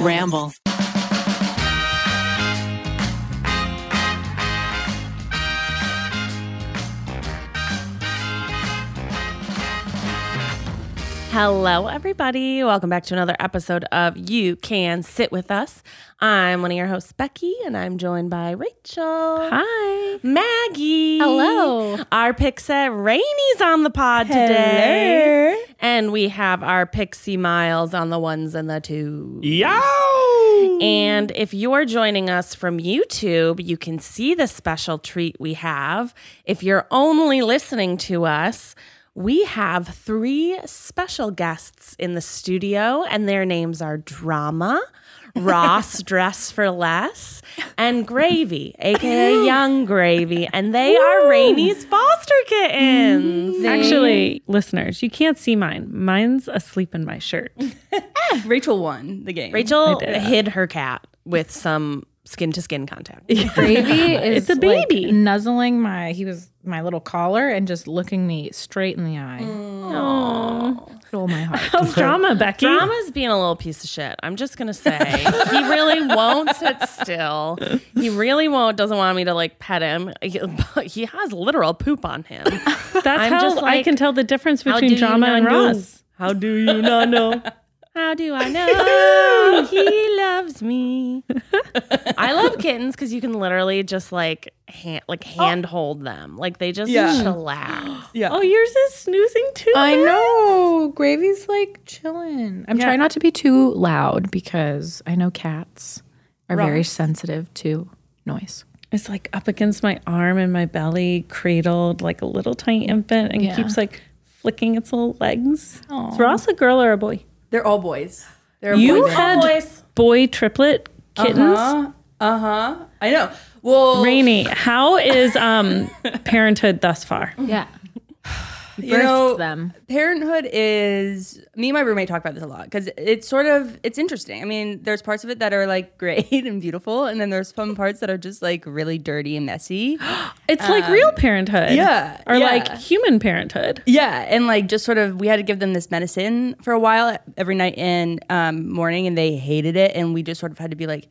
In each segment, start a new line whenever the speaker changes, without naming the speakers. Ramble.
Hello, everybody. Welcome back to another episode of You Can Sit With Us. I'm one of your hosts, Becky, and I'm joined by Rachel.
Hi.
Maggie.
Hello.
Our Pixette Rainey's on the pod today. And we have our Pixie Miles on the ones and the twos.
Yow!
And if you're joining us from YouTube, you can see the special treat we have. If you're only listening to us, we have three special guests in the studio, and their names are Drama, Ross Dress for Less, and Gravy, aka Young Gravy. And they are Rainey's foster kittens.
Actually, listeners, you can't see mine. Mine's asleep in my shirt.
Rachel won the game.
Rachel hid her cat with some skin to skin contact.
Gravy is
It's a baby.
like, nuzzling my he was my little collar and just looking me straight in the eye. Stole my heart.
How's drama, Becky?
Drama's being a little piece of shit. I'm just gonna say he really won't sit still. He really won't. Doesn't want me to like pet him. He, he has literal poop on him.
That's
I'm
how
just
I
like,
can tell the difference
How
between
do you
drama
not
and
know?
Ross.
How do you not know? How do I know he loves me? I love kittens because you can literally just like hand like hand hold them. Like they just
Yeah.
chillax.
Yeah.
Oh, yours is snoozing too.
I know. Gravy's like chilling. I'm trying not to be too loud because I know cats are very sensitive to noise.
It's like up against my arm and my belly, cradled like a little tiny infant, and
Yeah.
keeps like flicking its little legs. Is Ross a girl or a boy?
They're all boys. They're
You
boys.
had boy triplet kittens.
Uh huh. I know. Well,
Rainy, how is um parenthood thus far?
Yeah.
you know,
them.
parenthood is me and my roommate talk about this a lot because it's sort of it's interesting. I mean, there's parts of it that are like great and beautiful, and then there's some parts that are just like really dirty and messy.
It's like real parenthood.
yeah,
Or
yeah.
like human parenthood.
Yeah, and like just sort of, we had to give them this medicine for a while every night and um, morning, and they hated it, and we just sort of had to be like,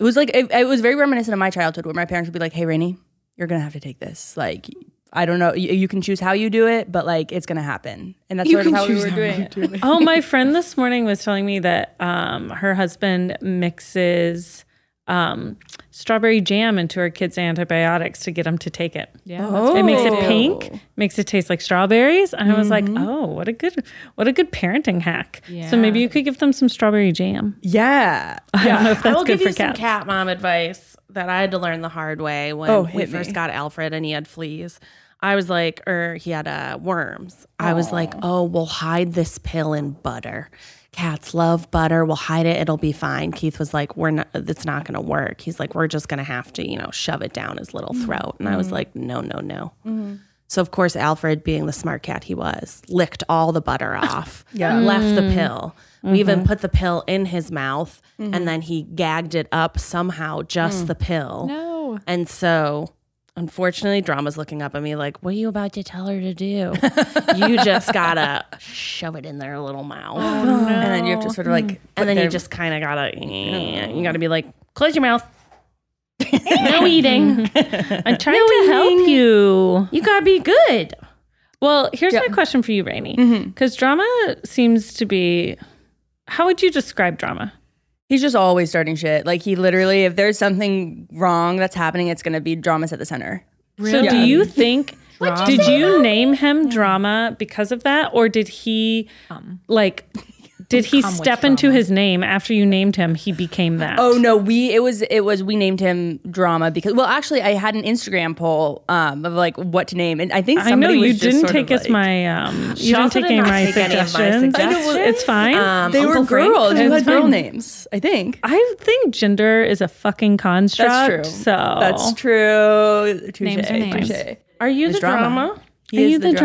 it was like it, it was very reminiscent of my childhood, where my parents would be like, "Hey, Rainey, you're gonna have to take this. Like, I don't know, you, you can choose how you do it, but like it's gonna happen." And that's sort of how we were doing it.
Oh, my friend this morning was telling me that um her husband mixes um strawberry jam into her kids' antibiotics to get them to take it.
Yeah.
It makes it pink, makes it taste like strawberries. And I was like, oh, what a good what a good parenting hack. So maybe you could give them some strawery jam.
Yeah,
I don't know if that's
I will
good
give
for
you
cats.
some cat mom advice that I had to learn the hard way when
Oh,
we
hit me.
first got Alfred and he had fleas. I was like, or he had uh, worms. I was like, oh, we'll hide this pill in butter. Cats love butter. We'll hide it. It'll be fine. Keith was like, we're not. It's not going to work. He's like, we're just going to have to, you know, shove it down his little
Mm.
throat. And I was like, no, no, no. So of course, Alfred, being the smart cat he was, licked all the butter off.
Yeah.
left the pill. We even put the pill in his mouth, and then he gagged it up somehow, just the pill.
No.
And so, unfortunately, drama's looking up at me like, "What are you about to tell her to do? you just gotta shove it in their little mouth."
and then you have to sort of like,
and then you just kind of gotta, you gotta be like, "Close your mouth." no eating.
I'm trying to help you.
You gotta be good.
Well, here's my question for you, Rainey. Because drama seems to be how would you describe drama?
he's just always starting shit. Like he literally, if there's something wrong that's happening, it's gonna be dramas at the center.
So do
Yeah.
you think did you name him drama because of that? Or did he like did he step into his name after you named him? He became that.
Oh no, we it was it was we named him drama because well actually I had an Instagram poll um of like what to name and I think
I know
somebody was
you
just
didn't
sort
take
of
as
like-
my um you didn't
also
take
did
any of
not
my
take any of my
suggestions.
suggestions.
It's fine.
they
Uncle
were
Frank?
girls you
It's
had girl
fine.
names I think
I think gender is a fucking construct.
that's true
So
that's true touche
Names are names.
touche
Are you the
drama.
drama?
He
Are
is
you the
Are you the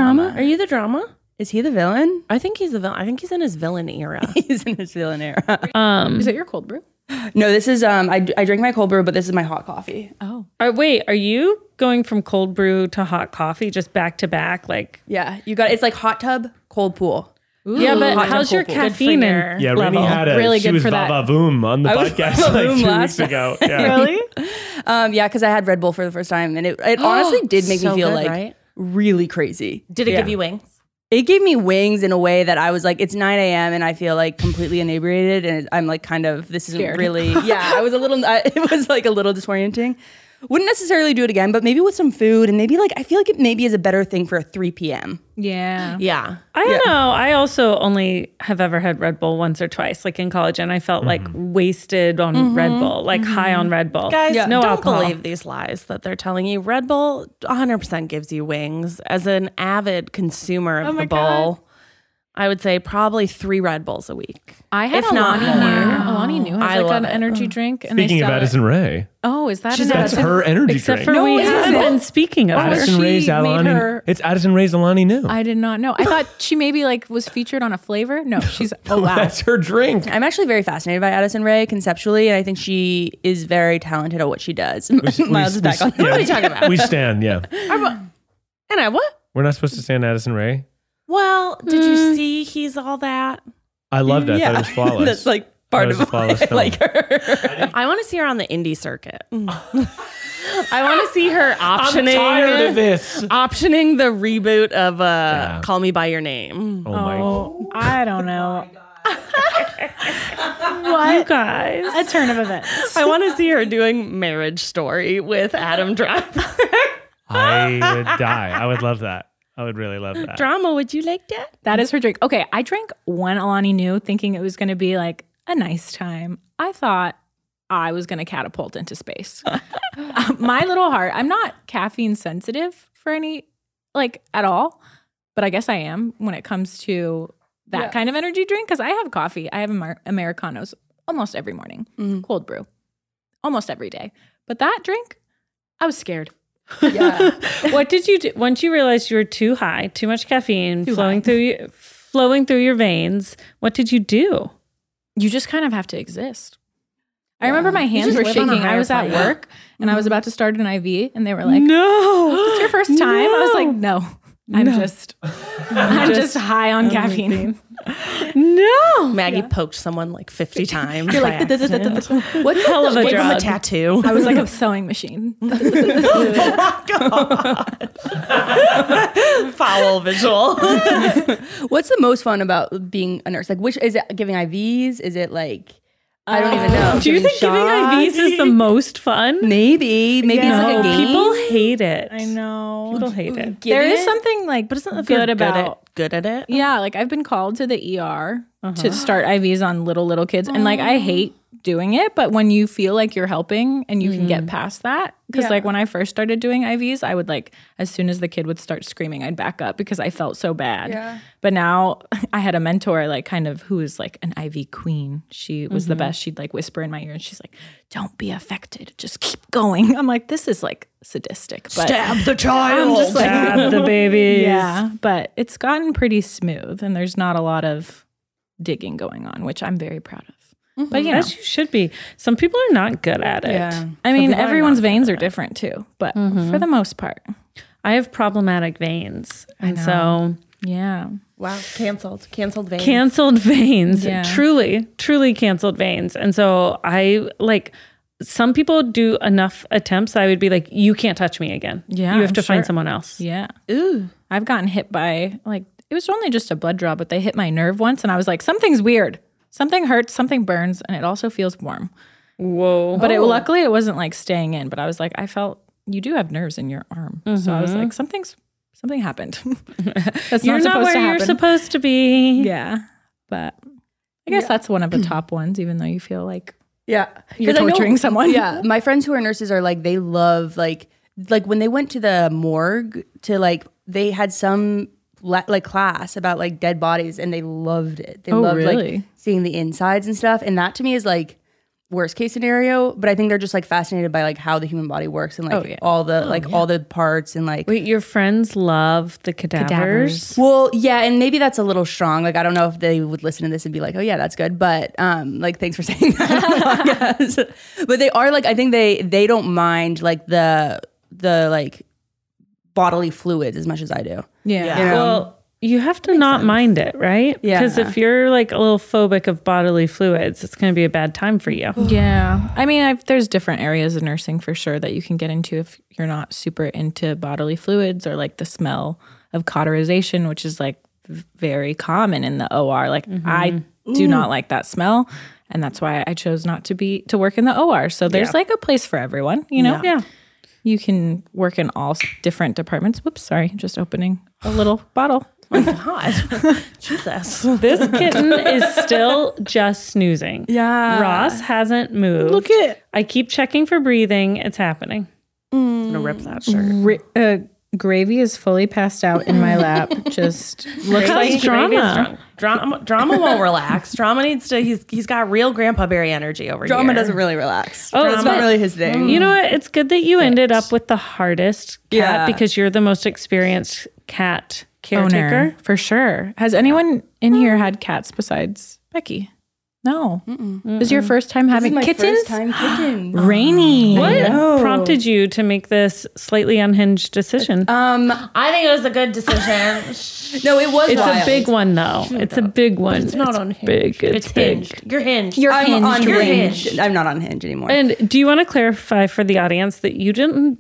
drama?
is he the villain
I think he's the villain. I think he's in his villain era.
he's in his villain era
Mm. Is it your cold brew?
no this is um I, I drink my cold brew but this is my hot coffee
Oh.
Are, uh, wait, are you going from cold brew to hot coffee just back to back? Like,
yeah you got it's like hot tub cold pool
yeah, but
hot
how's
temple
your
pool.
caffeine in
Yeah,
level?
Rainey had a
Really
she
good
was
for that.
Vava Voom on the
I was
podcast
Vava
like
Voom
two
last
weeks ago. Yeah.
really?
Um, yeah, because I had Red Bull for the first time, and it, it honestly did make
So
me feel
good,
like
right?
really crazy.
Did it give you wings?
It gave me wings in a way that I was like, it's 9 a.m. and I feel like completely inebriated, and I'm like, kind of, this isn't
Scared.
really. Yeah, I was a little. I, it was like a little disorienting. Wouldn't necessarily do it again, but maybe with some food, and maybe like I feel like it maybe is a better thing for a 3 p.m.
Yeah.
Yeah.
I don't know. I also only have ever had Red Bull once or twice, like in college, and I felt like wasted on Red Bull, like high on Red Bull.
Guys,
no
don't
alcohol.
believe these lies that they're telling you. Red Bull 100% gives you wings. As an avid consumer of the bowl, I would say probably three Red Bulls a week.
I had
If not
Alani
more.
New. Alani New has
I
like
love
an
it.
energy drink. And
Speaking
they
of
sell
Addison Ray,
It. Oh, is that an
that's
Addison?
her energy
Except for
drink.
we
it
have
isn't.
been speaking of her.
Addison
she
Ray's
made
Alani.
her-
It's Addison Ray's Alani New.
I did not know. I thought she maybe like was featured on a flavor. No, she's oh wow.
That's her drink.
I'm actually very fascinated by Addison Ray conceptually, and I think she is very talented at what she does. Miles is back on.
What are you talking about? We stand, yeah.
And I what? Mm.
We're not supposed to stand Addison Ray.
Well, did you see he's all that?
I loved that. I thought it was flawless.
That's like part
That was
of
a flawless
why I
film.
like her.
I want to see her on the indie circuit. I want to see her optioning
this.
optioning the reboot of uh
Yeah.
Call Me by Your Name.
Oh my
Oh, I don't know.
You guys.
A turn of events.
I want to see her doing Marriage Story with Adam Driver.
I would die. I would love that. I would really love that.
Drama, would you like that?
That is her drink. Okay, I drank one Alani New thinking it was going to be like a nice time.
I thought I was going to catapult into space. Um, My little heart. I'm not caffeine sensitive for any like at all, but I guess I am when it comes to that kind of energy drink because I have coffee. I have Amer- americanos almost every morning, cold brew, almost every day. But that drink, I was scared.
what did you do once you realized you were too high, too much caffeine flowing through you, flowing through your veins? What did you do?
you just kind of have to exist. I remember my hands
just
were
live on
shaking.
a
I
higher
was at
plane.
work and I was about to start an IV, and they were like,
No,
"It's your first time." I was like, "No, I'm just, I'm just, high on caffeine."
no.
Maggie poked someone like 50 times.
You're like, "This is
What
Hell of a
Gave him a
drug.
tattoo.
I was like a sewing machine.
Foul visual.
What's the most fun about being a nurse? Like, which is it giving IVs? Is it like I don't even know.
Do you think giving IVs is the most fun?
Maybe, maybe it's like a game.
people hate it.
I know.
People hate it.
there is something like, but
Isn't that if you're
good about?
good at, good at it?
yeah, like I've been called to the ER to start IVs on little little kids, and like I hate doing it, but when you feel like you're helping and you can get past that, because like when I first started doing IVs, I would like as soon as the kid would start screaming, I'd back up because I felt so bad. But now I had a mentor, like kind of who is like an IV queen. She was the best. She'd like whisper in my ear, and she's like, "Don't be affected, just keep going." I'm like, this is like sadistic, but
the
I'm
child.
just like.
Stab the babies.
Yeah, but it's gotten pretty smooth and there's not a lot of digging going on, which I'm very proud of. But you know,
As you should be. Some people are not good at it.
I mean, everyone's veins are different too, but for the most part,
I have problematic veins. And so
yeah.
wow, canceled. Canceled vein.
canceled veins
Yeah.
truly truly canceled veins and so i like some people do enough attempts i would be like you can't touch me again
Yeah,
you have
I'm
to find
sure.
someone else
Yeah. Ooh. I've gotten hit by like it was only just a blood draw, but they hit my nerve once and I was like, something's weird. Something hurts, something burns, and it also feels warm.
whoa
But it, luckily it wasn't like staying in, but I was like, I felt you do have nerves in your arm. So I was like, something's something happened. Mm-hmm. That's
you're not, where you're supposed to be
Yeah. But I guess that's one of the top ones, even though you feel like
Yeah,
You're
'Cause I know-
torturing someone.
Yeah, my friends who are nurses are like they love like like when they went to the morgue to like they had some la- like class about like dead bodies and they loved it. They
Oh,
loved like
really?
seeing the insides and stuff. And that to me is like worst case scenario. But I think they're just like fascinated by like how the human body works and like
Oh, yeah.
all the like all the parts and like.
wait your friends love the cadavers,
Well, yeah, and maybe that's a little strong. Like, I don't know if they would listen to this and be like, "Oh, yeah, that's good," but um, like, thanks for saying that. I guess. But they are like, I think they they don't mind like the the like bodily fluids as much as I do.
Yeah.
You know?
well you have to not mind it, right?
Yeah.
Because if you're like a little phobic of bodily fluids, it's going to be a bad time for
Oh,
you.
Yeah. I mean, I've, there's different areas of nursing for sure that you can get into if you're not super into bodily fluids or like the smell of cauterization, which is like v- very common in the OR. Like, I
Mm-hmm.
do not like that smell. And that's why I chose not to be to work in the OR. So there's like a place for everyone, you know?
Yeah.
You can work in all s- different departments. Whoops, sorry, just opening a little bottle.
Jesus.
This kitten is still just snoozing.
Yeah.
Ross hasn't moved. Look
it.
I keep checking for breathing. It's happening.
I'm gonna rip that shirt.
Ri- uh, gravy is fully passed out in my lap. Just looks like
Gravy is
drama.
drunk.
Drama, drama won't relax. Drama needs to. He's he's got real Grandpa Barry energy over
Drama
here.
doesn't really relax.
Oh,
Oh, it's
but-
not really his thing.
You know what? It's good that you ended up with the hardest cat
Yeah.
because you're the most experienced cat caretaker.
owner for sure. Has anyone in here had cats besides Becky? No. This is your first time having kittens?
kittens.
Rainy.
What prompted you to make this slightly unhinged decision?
Um,
I think it was a good decision.
no, it was.
it's
wild.
a big one, though. It's a big one. It's
not unhinged.
Big. It's,
It's
big.
hinged. You're hinged.
I'm on
You're
hinge.
hinged.
I'm not on hinge anymore.
And do you want to clarify for the audience that you didn't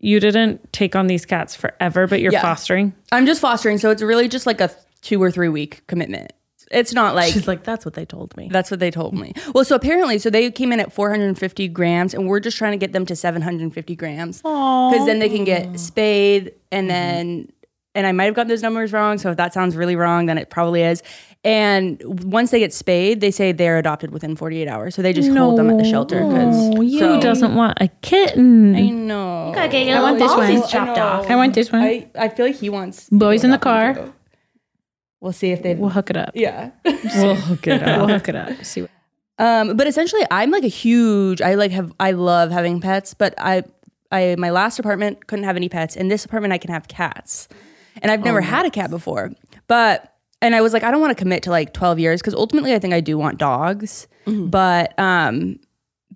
you didn't take on these cats forever, but you're
Yeah.
fostering?
I'm just fostering, so it's really just like a two or three week commitment. It's not like
She's like, that's what they told me.
that's what they told me. Well, so apparently, so they came in at 450 grams, and we're just trying to get them to 750 grams because then they can get spayed,
Mm-hmm.
and then and I might have gotten those numbers wrong. So if that sounds really wrong, then it probably is. And once they get spayed, they say they're adopted within 48 hours, so they just hold them at the shelter
Oh,
because
Oh.
Who doesn't want a kitten?
Mm-hmm.
no.
I want
this one.
chopped off.
I want this one.
I, I feel like he wants
Boys in the
people adopted
car.
too. We'll see if they.
We'll hook it up.
yeah.
We'll hook it
We'll
up.
hook it up. See what
Um, but essentially, I'm like a huge. I like have. I love having pets, but I, I my last apartment couldn't have any pets. In this apartment, I can have cats, and I've never had a cat before. But and I was like, I don't want to commit to like 12 years because ultimately, I think I do want dogs. But um,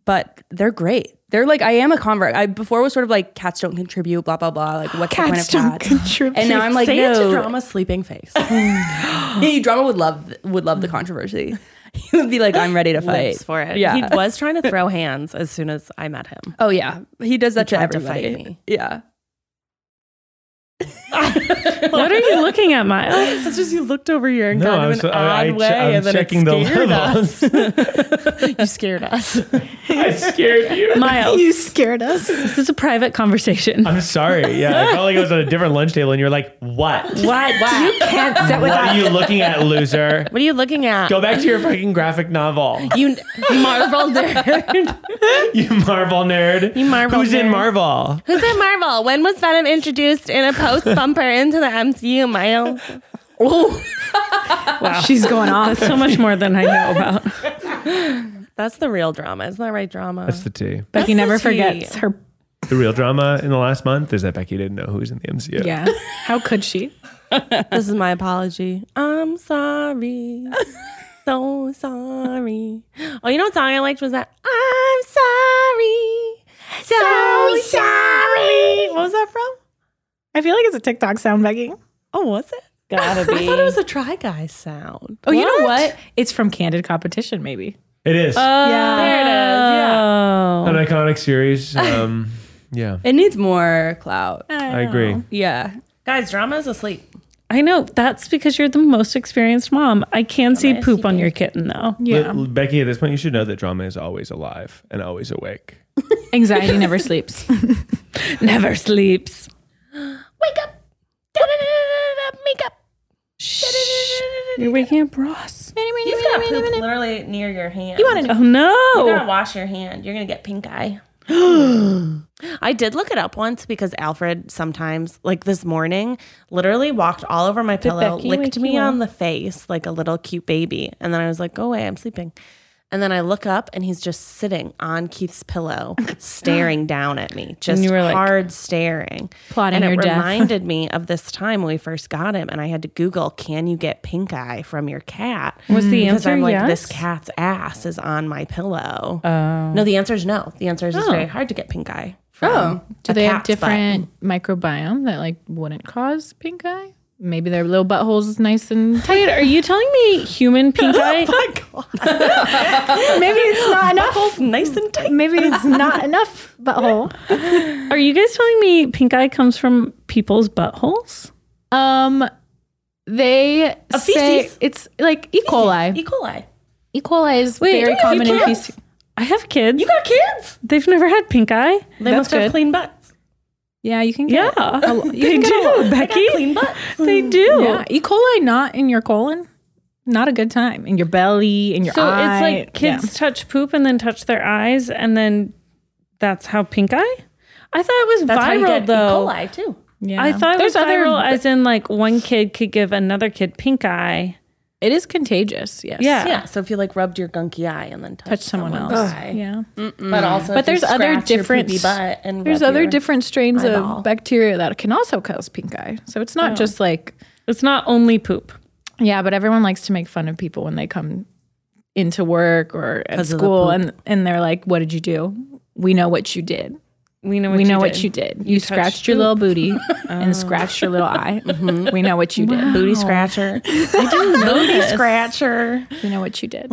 but they're great. They're like I am a convert. I before was sort of like cats don't contribute, blah blah blah. Like what's the point of cats?
contribute.
And now I'm like,
Say
no,
it to Drama's sleeping face.
Yeah, drama would love would love the controversy. he would be like, I'm ready to fight
Lives for it.
Yeah.
He was trying to throw hands as soon as I met him.
Oh yeah, he does that to
tried to
everybody.
fight me.
Yeah,
what are you looking at, Miles?
It's just you looked over here and
No,
got
I
him
was
an
I,
odd
I,
way,
am
and then
checking the
it scared us.
levels.
you scared us.
I scared you.
Miles,
You scared us.
this is a private conversation.
I'm sorry. Yeah, I felt like I was at a different lunch table, and you're like, "What?
What? What?
What are you looking at, loser?
What are you looking at?
Go back to your fucking graphic novel,
You Marvel nerd.
you Marvel nerd.
You Marvel
Who's in
nerd.
Marvel?
Who's at Marvel? When was Venom introduced in a post bumper into the MCU, Miles?
Wow. She's going off. That's so much more than I know about.
That's the real drama. Isn't that right, drama?
That's the T.
Becky never
the tea.
forgets her.
The real drama in the last month is that Becky didn't know who was in the MCU.
Yeah. How could she?
this is my apology. I'm sorry. so sorry. Oh, you know what song I liked was that I'm sorry. So sorry. What was that from?
I feel like it's a TikTok sound, Becky.
Oh, was it?
Gotta
I thought it was a Try Guys sound.
Oh, you know what? It's from Candid Competition, maybe.
It is
Oh. There it is. Yeah.
Oh,
an iconic series. Um, yeah,
it needs more clout.
I agree.
Yeah,
Guys, drama is asleep.
I know. That's because you're the most experienced mom. I can see poop on your kitten, though.
But, l- Becky, at this point, you should know that drama is always alive and always awake.
Anxiety never sleeps.
Never sleeps.
Wake up. Da-da-da-da-da-da. Make up.
You're waking up Ross.
He's got poop literally near your hand.
Oh, no.
You gotta wash your hand. You're gonna get pink eye. I did look it up once because Alfred sometimes, like this morning, literally walked all over my pillow,
Becky wake
licked me
you
on the face like a little cute baby. And then I was like, go away, I'm sleeping. And then I look up and he's just sitting on Keith's pillow, staring down at me, just
you were like-
hard staring.
Plotting
and
your
it
death.
reminded me of this time when we first got him, and I had to Google, "Can you get pink eye from your cat?"
Was the
because
answer
I'm like, this
yes?
cat's ass is on my pillow.
Oh.
No, the answer is no. The answer is it's very hard to get pink eye. From
Do
a
they have
cat's butt.
different microbiome that like wouldn't cause pink eye? Maybe their little butthole's nice and tight.
Wait, are you telling me human pink eye?
Maybe it's not enough.
Butthole's nice and tight.
Maybe it's not enough butthole.
Are you guys telling me pink eye comes from people's buttholes?
Um, they say
feces?
it's like E. coli.
E. coli.
E. coli is very
you
common in
can't-
feces.
I have kids.
You got kids.
They've never had pink eye.
They must have clean butts.
Yeah, you can
Yeah,
get.
they do, Becky.
Clean butts.
They do.
Yeah, E. coli not in your colon. Not a good time in your belly, in your
So
eye.
it's like kids touch poop and then touch their eyes, and then that's how pink eye. I thought it was
That's
viral
how you get E.
though.
coli too.
Yeah. Yeah.
I thought it
there's
was
other.
viral as in like one kid could give another kid pink eye.
it is contagious. Yes.
Yeah.
Yeah. So if you like rubbed your gunky eye and then touched
Touch someone
someone's
else.
eye.
Yeah.
but also
But
if you
there's other
scratch your
different-
poopy butt and
There's
rub
other
your-
different strains
eyeball.
of bacteria that can also cause pink eye. So it's not just like
It's not only poop.
yeah, but everyone likes to make fun of people when they come into work or at
of the
school and and they're like, "What did you do? We know what you did.
We know. What
we
you
know
did.
what you did. You, scratched your little booty and scratched your little eye. We know what you did.
booty scratcher. I didn't know booty scratcher.
We know what you did."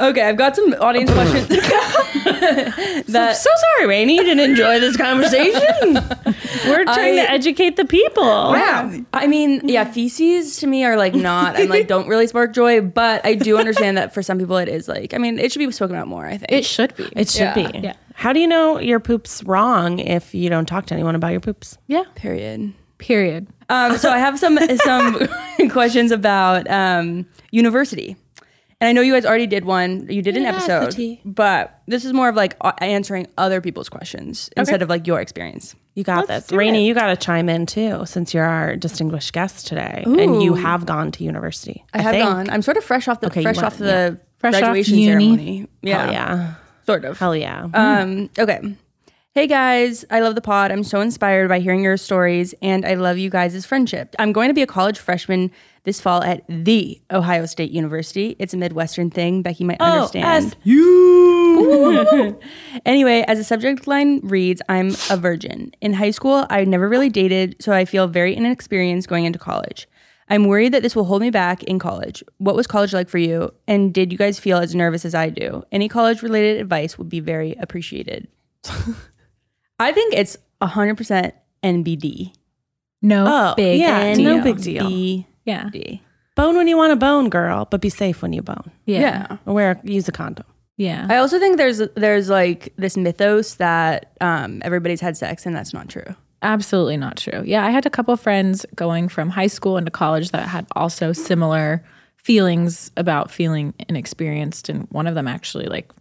Okay, I've got some audience questions. that
So sorry, Rainy. You didn't enjoy this conversation.
We're trying to educate the people.
yeah, I mean, yeah, feces to me are like not. I'm like don't really spark joy, but I do understand that for some people it is like. I mean, it should be spoken about more. I think
It should be.
It should be. How do you know your poop's wrong if you don't talk to anyone about your poops?
period.
Period.
Um, so I have some some questions about um, university, and I know you guys already did one. You did an episode,
University.
but this is more of like a- answering other people's questions instead of like your experience.
You got this. Rainy, you got to chime in too, since you're our distinguished guest today. And you have gone to university.
I, have
think.
gone. I'm sort of fresh off the
you
fresh
went,
off the
off
graduation
uni.
ceremony. Yeah,
Hell yeah.
sort of.
Hell yeah.
Um, okay. Hey guys, I love the pod. I'm so inspired by hearing your stories, and I love you guys' friendship. I'm going to be a college freshman this fall at the Ohio State University. It's a Midwestern thing. Becky might understand. Anyway, as the subject line reads, I'm a virgin. In high school, I never really dated, so I feel very inexperienced going into college. I'm worried that this will hold me back in college. What was college like for you? And did you guys feel as nervous as I do? Any college related advice would be very appreciated. I think it's 100% NBD.
No
Oh,
big
yeah,
deal.
no big deal.
NBD.
Yeah.
Bone when you want to bone, girl, but be safe when you bone.
Yeah.
Wear use a condom.
Yeah.
I also think there's there's like this mythos that um, everybody's had sex and that's not true.
Absolutely not true. Yeah, I had a couple friends going from high school into college that had also similar feelings about feeling inexperienced and one of them actually like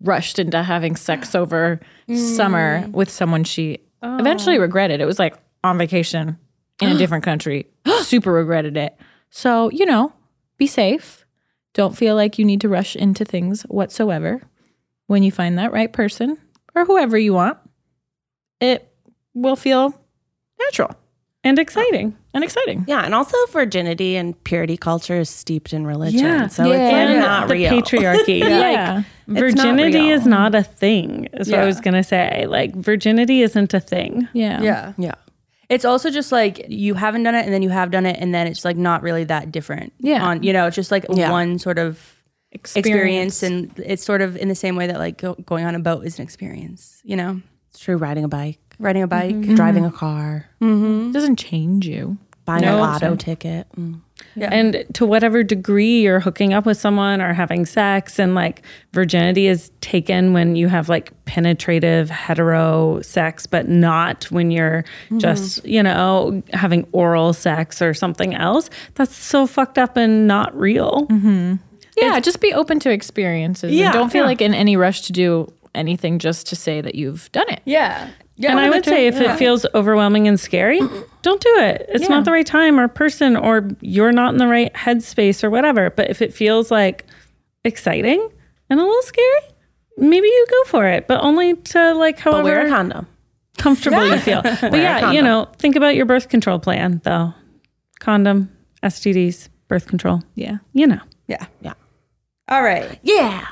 rushed into having sex over summer with someone she eventually regretted. It was like on vacation in a different country. Super regretted it. So, you know, be safe. Don't feel like you need to rush into things whatsoever. When you find that right person or whoever you want, it will feel natural
And
Oh.
exciting.
and exciting.
Yeah, and also virginity and purity culture is steeped in religion.
Yeah.
So
Yeah.
it's like
And
not
the
real.
patriarchy.
Yeah.
Like virginity
real.
is not a thing, is what I was gonna say. Like virginity isn't a thing.
Yeah.
Yeah.
yeah.
It's also just like you haven't done it and then you have done it and then it's like not really that different.
Yeah.
On you know, it's just like
Yeah.
one sort of experience. and it's sort of in the same way that like go- going on a boat is an experience, you know.
It's true riding a bike, Mm-hmm.
Riding a bike.
driving a car,
It doesn't change you.
buying a lotto ticket. Mm.
And to whatever degree you're hooking up with someone or having sex, and like virginity is taken when you have like penetrative hetero sex, but not when you're
Mm-hmm.
just, you know, having oral sex or something else. That's so fucked up and not real.
Yeah. just be open to experiences. Yeah.
Yeah,
don't feel
yeah.
like in any rush to do anything just to say that you've done it.
Yeah.
and I would say if it feels overwhelming and scary, don't do it. It's not the right time or person or you're not in the right headspace or whatever. But if it feels like exciting and a little scary, maybe you go for it, but only to like however
But wear a condom.
comfortable you feel. But yeah, you know, think about your birth control plan though. Condom, STDs, birth control.
Yeah.
You know.
Yeah.
Yeah.
All right.
Yeah.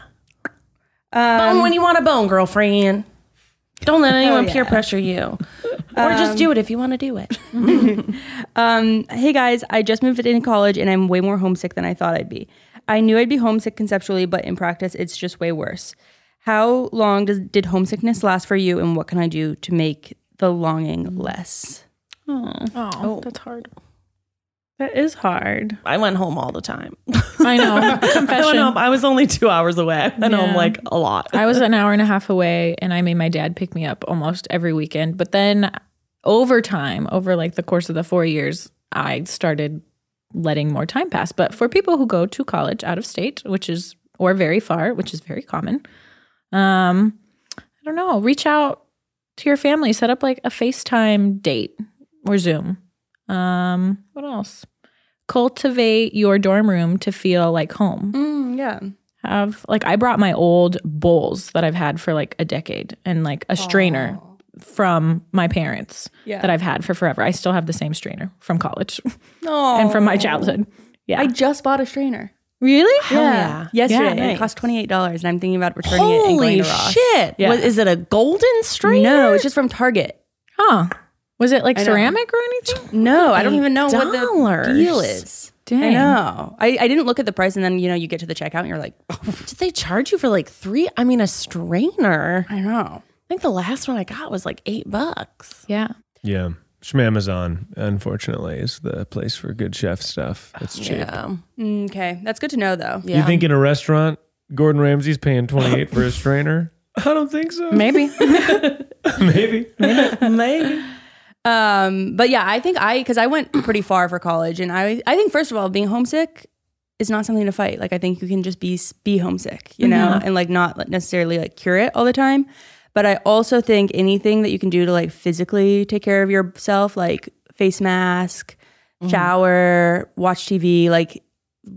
Um,
bone when you want to bone, girlfriend. Don't let anyone peer pressure you. Or just do it if you want to do it.
Um, hey guys, I just moved into college and I'm way more homesick than I thought I'd be. I knew I'd be homesick conceptually, but in practice, it's just way worse. How long does did homesickness last for you, and what can I do to make the longing less?
Oh, that's hard.
That is hard.
I went home all the time.
I know.
I went
Confession.
home. I was only two hours away. I went home
Yeah.
like a lot.
I was an hour and a half away and I made my dad pick me up almost every weekend. But then over time, over like the course of the four years, I started letting more time pass. But for people who go to college out of state, which is or very far, which is very common, um, I don't know, reach out to your family, set up like a FaceTime date or Zoom. Um, what else? Cultivate your dorm room to feel like home
Mm, yeah.
have like I brought my old bowls that I've had for like a decade and like a strainer from my parents
Yeah.
that I've had for forever. I still have the same strainer from college
No.
and from my childhood. Yeah.
I just bought a strainer.
really?
yeah.
Yesterday,
Yeah,
and it
nice.
cost twenty eight dollars, and I'm thinking about returning it and going
Holy
to Ross.
shit.
Yeah.
What, is it a golden string?
No, it's just from Target.
Huh. Was it like
I know.
ceramic or anything?
No, I don't even know what the
$28.
deal is. I
Dang.
know. I, I didn't look at the price, and then you know you get to the checkout, and you're like, "Oh,
Did they charge you for like three? I mean, a strainer. I
I know.
think the last one I got was like eight bucks.
Yeah.
Yeah. Shmamazon, unfortunately, is the place for good chef stuff. It's cheap.
Yeah.
mm, Okay, that's good to know though.
Yeah.
You think in a restaurant, Gordon Ramsay's paying 28 for a strainer? I don't think so.
Maybe.
Maybe.
Um, but yeah, I think I because I went pretty far for college, and I I think first of all, being homesick is not something to fight. Like I think you can just be be homesick, you know, and like not like, necessarily like cure it all the time. But I also think anything that you can do to like physically take care of yourself, like face mask, shower, watch TV, like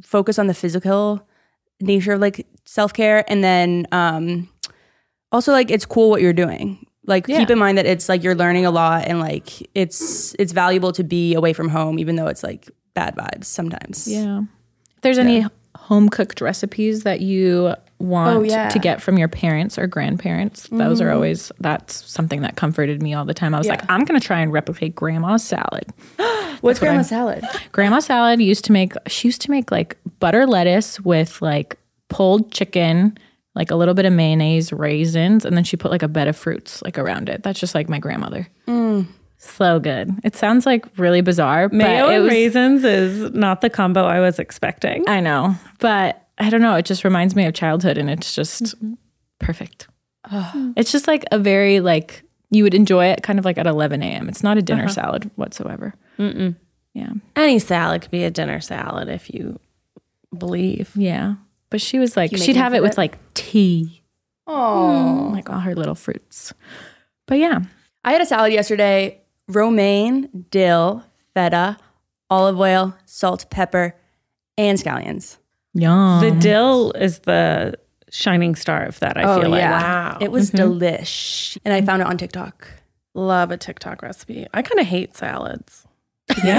focus on the physical nature of like self care, and then um, also like it's cool what you're doing like keep in mind that it's like you're learning a lot and like it's it's valuable to be away from home even though it's like bad vibes sometimes
Yeah. If there's any home cooked recipes that you want
Oh,
to get from your parents or grandparents, those
Mm-hmm.
are always that's something that comforted me all the time. I was like, I'm gonna try and replicate grandma's salad.
what's grandma's salad
Grandma salad used to make she used to make like butter lettuce with like pulled chicken, like a little bit of mayonnaise, raisins, and then she put like a bed of fruits like around it. That's just like my grandmother.
Mm.
So good. It sounds like really bizarre,
Mayo
but it
and
was,
raisins is not the combo I was expecting.
I know, but I don't know. It just reminds me of childhood, and it's just
Mm-hmm.
perfect. It's just like a very like you would enjoy it kind of like at 11 a.m. It's not a dinner
Uh-huh.
salad whatsoever.
Any salad could be a dinner salad if you believe.
Yeah. But she was like, she'd have it with like tea. Oh. Like all her little fruits. But yeah.
i had a salad yesterday romaine dill feta olive oil salt pepper and scallions
Yum.
The dill is the shining star of that, I
Oh,
Oh,
feel like.
Wow.
it was delish and i found it on tiktok
Love a TikTok recipe. I kind of hate salads.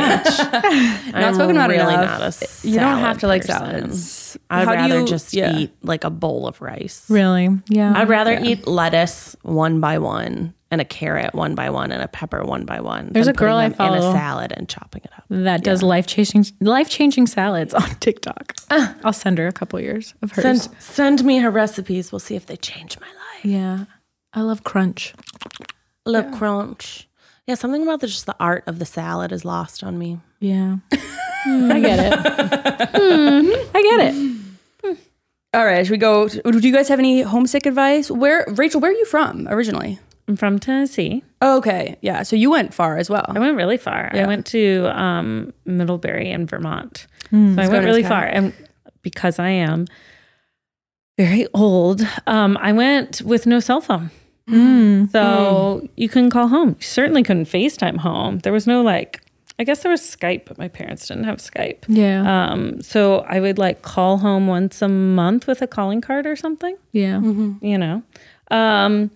Yeah.
not spoken about
really
enough.
not a salad
you don't have to like
person.
salads
I'd
How do
rather
you-
just
yeah.
eat like a bowl of rice.
Really? Yeah.
I'd rather eat lettuce one by one and a carrot one by one and a pepper one by one.
There's
than
a girl
putting
I
them in a
follow.
salad and chopping it up.
that does life changing life changing salads on TikTok. I'll send her a couple years of hers.
Send send me her recipes. We'll see if they change my life.
yeah. I love crunch.
Look crunch. Yeah, something about the, just the art of the salad is lost on me.
Yeah. Hmm, I get it. Hmm, I get it.
all right should we go do you guys have any homesick advice where rachel where are you from originally
I'm from Tennessee.
Oh, Okay. Yeah. So you went far as well.
I went really far. I went to um, Middlebury in Vermont.
Hmm.
so I went really far. And because I am very old, um, I went with no cell phone. So
Hmm.
you couldn't call home. You certainly couldn't FaceTime home. There was no like, I guess there was Skype, but my parents didn't have Skype.
Yeah.
Um, so I would like call home once a month with a calling card or something,
yeah.
you know. Um,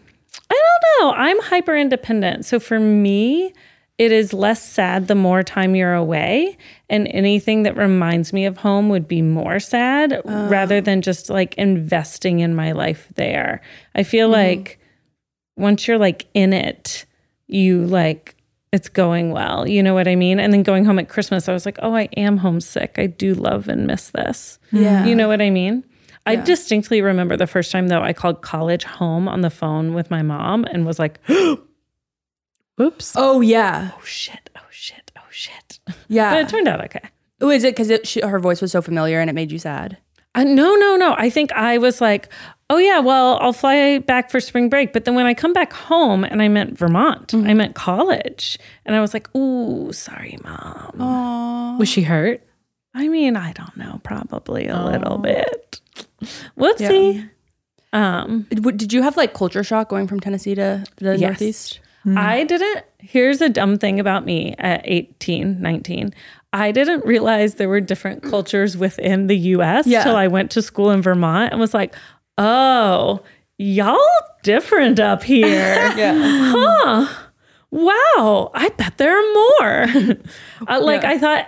I don't know. I'm hyper independent. So for me, it is less sad the more time you're away. And anything that reminds me of home would be more sad rather than just like investing in my life there. I feel like once you're like in it, you like it's going well. You know what I mean? And then going home at Christmas, I was like, oh, I am homesick. I do love and miss this. Yeah. You know what I mean? I distinctly remember the first time though I called college home on the phone with my mom and was like, oh
Oops.
Oh yeah,
shit, oh shit, oh shit. But
yeah.
it turned out okay.
Oh, is it because her voice was so familiar and it made you sad?
Uh, no, no, no. I think I was like, oh yeah, well, I'll fly back for spring break. But then when I come back home, and I meant Vermont, I meant college, and I was like, ooh, sorry, mom.
Was she hurt?
I mean, I don't know, probably a little bit. Whoopsie. Um,
Did w- did you have like culture shock going from Tennessee to the
Yes.
Northeast?
I didn't. Here's a dumb thing about me at 18, 19. I didn't realize there were different cultures within the US
Yeah.
till I went to school in Vermont and was like, oh, y'all different up here.
Yeah.
huh. Wow. I bet there are more. Uh, like, I thought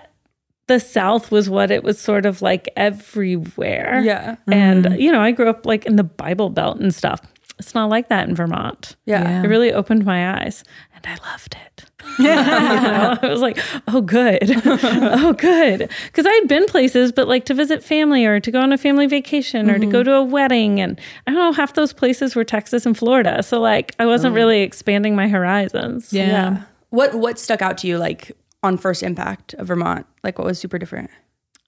the South was what it was sort of like everywhere.
Yeah. Mm-hmm.
And, you know, I grew up like in the Bible Belt and stuff. It's not like that in Vermont.
Yeah.
It really opened my eyes and I loved it. You know? I was like, oh, good. oh, good. Because I had been places, but like to visit family or to go on a family vacation or to go to a wedding. And I don't know, half those places were Texas and Florida. So like I wasn't really expanding my horizons.
Yeah.
What what stuck out to you like on first impact of Vermont? Like what was super different?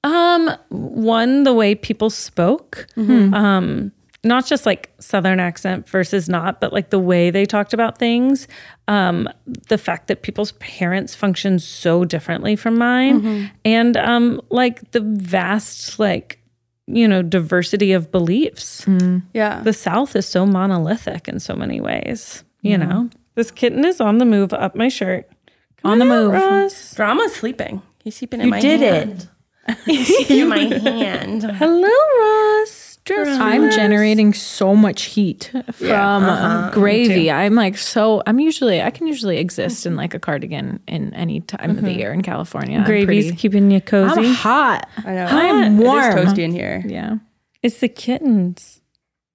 Um, one, the way people spoke. Um, not just like Southern accent versus not, but like the way they talked about things. Um, the fact that people's parents function so differently from mine, and um, like the vast like you know diversity of beliefs.
Yeah.
The South is so monolithic in so many ways. You know, this kitten is on the move up my shirt. on the move, Ross.
Drama's sleeping. He's sleeping in my hand. You did it. in my hand.
Hello, Ross. Dress
I'm generating so much heat from
Uh-huh.
gravy. I'm like so. I'm usually I can usually exist in like a cardigan in any time of the year in California. I'm
Mm-hmm. Gravy's
pretty-
keeping you cozy.
I'm hot.
I know.
I'm
It is
warm.
toasty in here.
Yeah.
It's the kittens.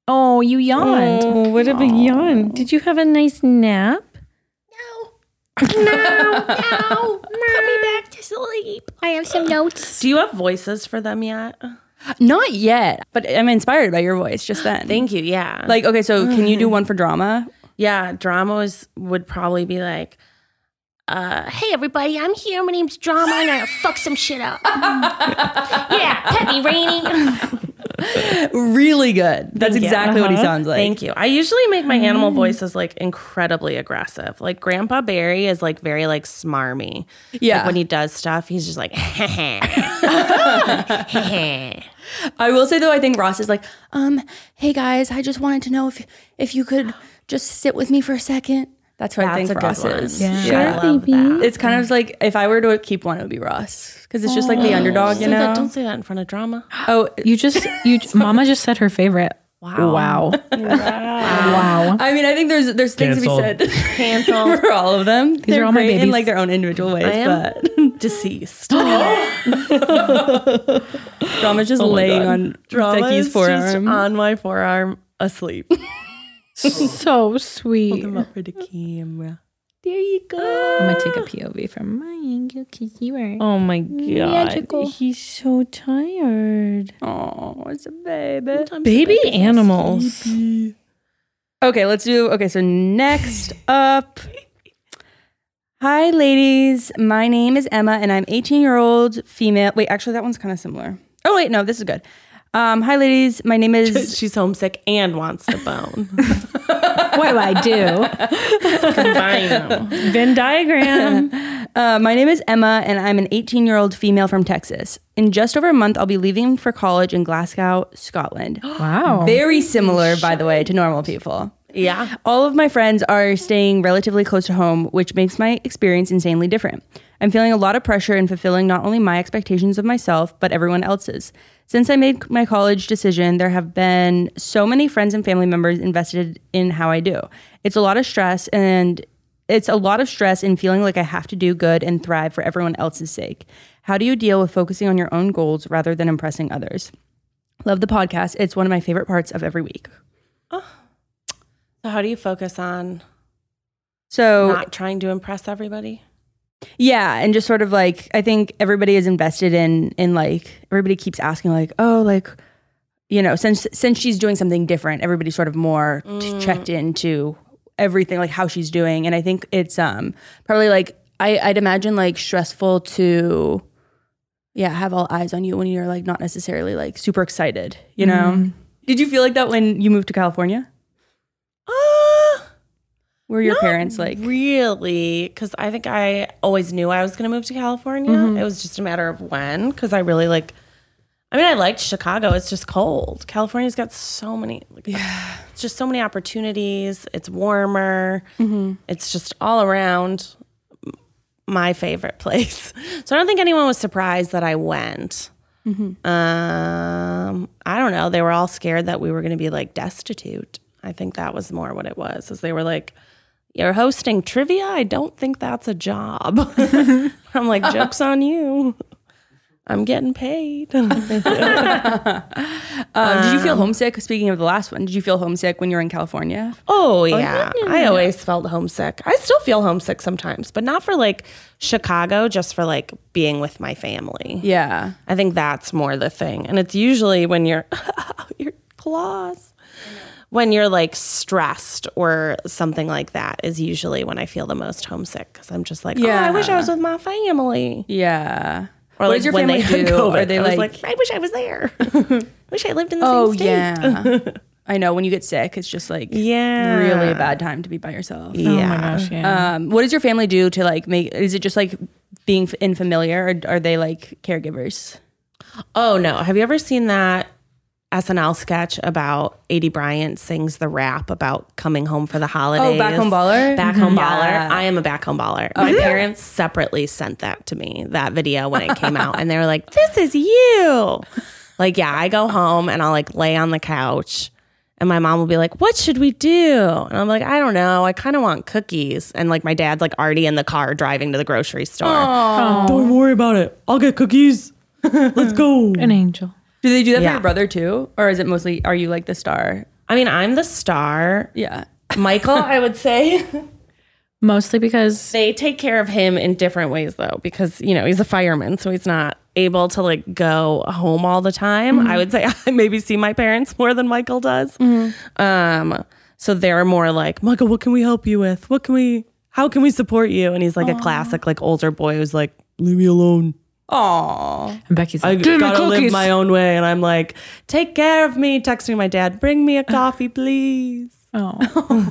Oh, you yawned.
Oh, what a big yawn. Did you have a nice nap?
I have some notes.
Do you have voices for them yet?
Not yet, but I'm inspired by your voice just then.
Thank you. Yeah.
Like okay, so can you do one for drama?
yeah, dramas would probably be like,
Uh, hey everybody, I'm here. My name's Drama, and I'll fuck some shit up. yeah, Peppy Rainy.
Really good. That's exactly what he sounds like. Mm.
Thank you. I usually make my animal voices like incredibly aggressive. Like Grandpa Barry is like very like smarmy.
Yeah.
Like when he does stuff, he's just like,
I will say though, I think Ross is like, um, hey guys, I just wanted to know if if you could just sit with me for a second. That's what I think Ross is.
Yeah.
Yeah.
I love that.
It's kind of like if I were to keep one, it would be Ross because it's just like the underdog, you
Say that-
know.
don't say that in front of drama.
Oh,
You just you mama just said her favorite. Wow. Wow. wow.
I mean, I think there's there's things
Canceled.
to be said Cancel. for all of them. These They're
are all my
great in
babies.
like their own individual ways,
am-
but
Deceased.
drama's
Oh
just laying on
Drama
Becky's
is just
forearm.
on my forearm asleep.
So sweet. I'm
for the camera.
gonna take a POV from my angle because you are
Oh my god. He's so tired.
Oh, it's a baby.
Baby animals.
Okay, let's do. Okay, so next up. Hi, ladies. My name is Emma, and I'm 18 year old female. Wait, actually, that one's kind of similar. Oh, wait, no, this is good. Um, hi, ladies. My name is.
She's homesick and wants to bone.
what do I do?
Combine them.
Venn diagram.
Uh, my name is Emma, and I'm an 18 year old female from Texas. In just over a month, I'll be leaving for college in Glasgow, Scotland.
Wow.
Very similar, by the way, to normal people.
Yeah.
All of my friends are staying relatively close to home, which makes my experience insanely different. I'm feeling a lot of pressure in fulfilling not only my expectations of myself, but everyone else's. Since I made my college decision, there have been so many friends and family members invested in how I do. It's a lot of stress and it's a lot of stress in feeling like I have to do good and thrive for everyone else's sake. How do you deal with focusing on your own goals rather than impressing others? Love the podcast. It's one of my favorite parts of every week.
So how do you focus on
So,
not trying to impress everybody?
yeah, and just sort of like I think everybody is invested in in like everybody keeps asking like, "Oh, like you know, since since she's doing something different, everybody's sort of more t- checked into everything like how she's doing." And I think it's um probably like I I'd imagine like stressful to yeah, have all eyes on you when you're like not necessarily like super excited, you know? Did you feel like that when you moved to California?
Uh,
Were your
Not
parents like
really because i think i always knew i was going to move to california
Mm-hmm.
it was just a matter of when because i really like i mean i liked chicago it's just cold california's got so many like, it's just so many opportunities it's warmer
Mm-hmm.
it's just all around m- my favorite place so i don't think anyone was surprised that i went
Mm-hmm.
um, I don't know. They were all scared that we were going to be like destitute. I think that was more what it was, is they were like, "You're hosting trivia. I don't think that's a job." I'm like, "Jokes on you. I'm getting paid." Oh,
Uh, did you feel homesick? Speaking of the last one, did you feel homesick when you were in California?
Oh yeah, I always felt homesick. I still feel homesick sometimes, but not for like Chicago, just for like being with my family.
Yeah.
I think that's more the thing. And it's usually when you're your claws. When you're like stressed or something like that is usually when I feel the most homesick because I'm just like, oh, I wish I was with my family.
Yeah.
Or
what
like
does your
when
family
they had
do?
COVID,
Are they
I was
like,
like, I wish I was there. wish I lived in the
oh
same state.
yeah? I know when you get sick, it's just like
Yeah.
really a bad time to be by yourself.
Yeah.
Oh my gosh, yeah.
Um, what does your family do to like make? Is it just like being f- in familiar, or are they like caregivers?
Oh no! Have you ever seen that SNL sketch about Adie Bryant sings the rap about coming home for the holidays?
Oh, Back Home Baller?
Back home
Mhm.
baller.
Yeah. Oh,
I am a back home baller. My parents separately sent that to me that video when it came out, and they were like, "This is you." Like, yeah, I go home and I'll like lay on the couch. And my mom will be like, "What should we do?" And I'm like, "I don't know. I kind of want cookies." And like my dad's like already in the car driving to the grocery store.
Don't worry about it. I'll get cookies. Let's go.
An angel.
Do they do that for
Yeah.
your brother too, or is it mostly are you like the star?
I mean, I'm the star.
Yeah.
Michael, I would say
Mostly because
they take care of him in different ways though, because you know, he's a fireman, so he's not able to like go home all the time. I would say I maybe see my parents more than Michael does. Um, so they're more like, Michael, what can we help you with? What can we how can we support you? And he's like a classic like older boy who's like, Leave me alone.
and Becky's
I
like, "Give me
gotta live
cookies."
my
My
own.
own way. And I'm like, take care of me, texting my dad, bring me a coffee, please.
oh.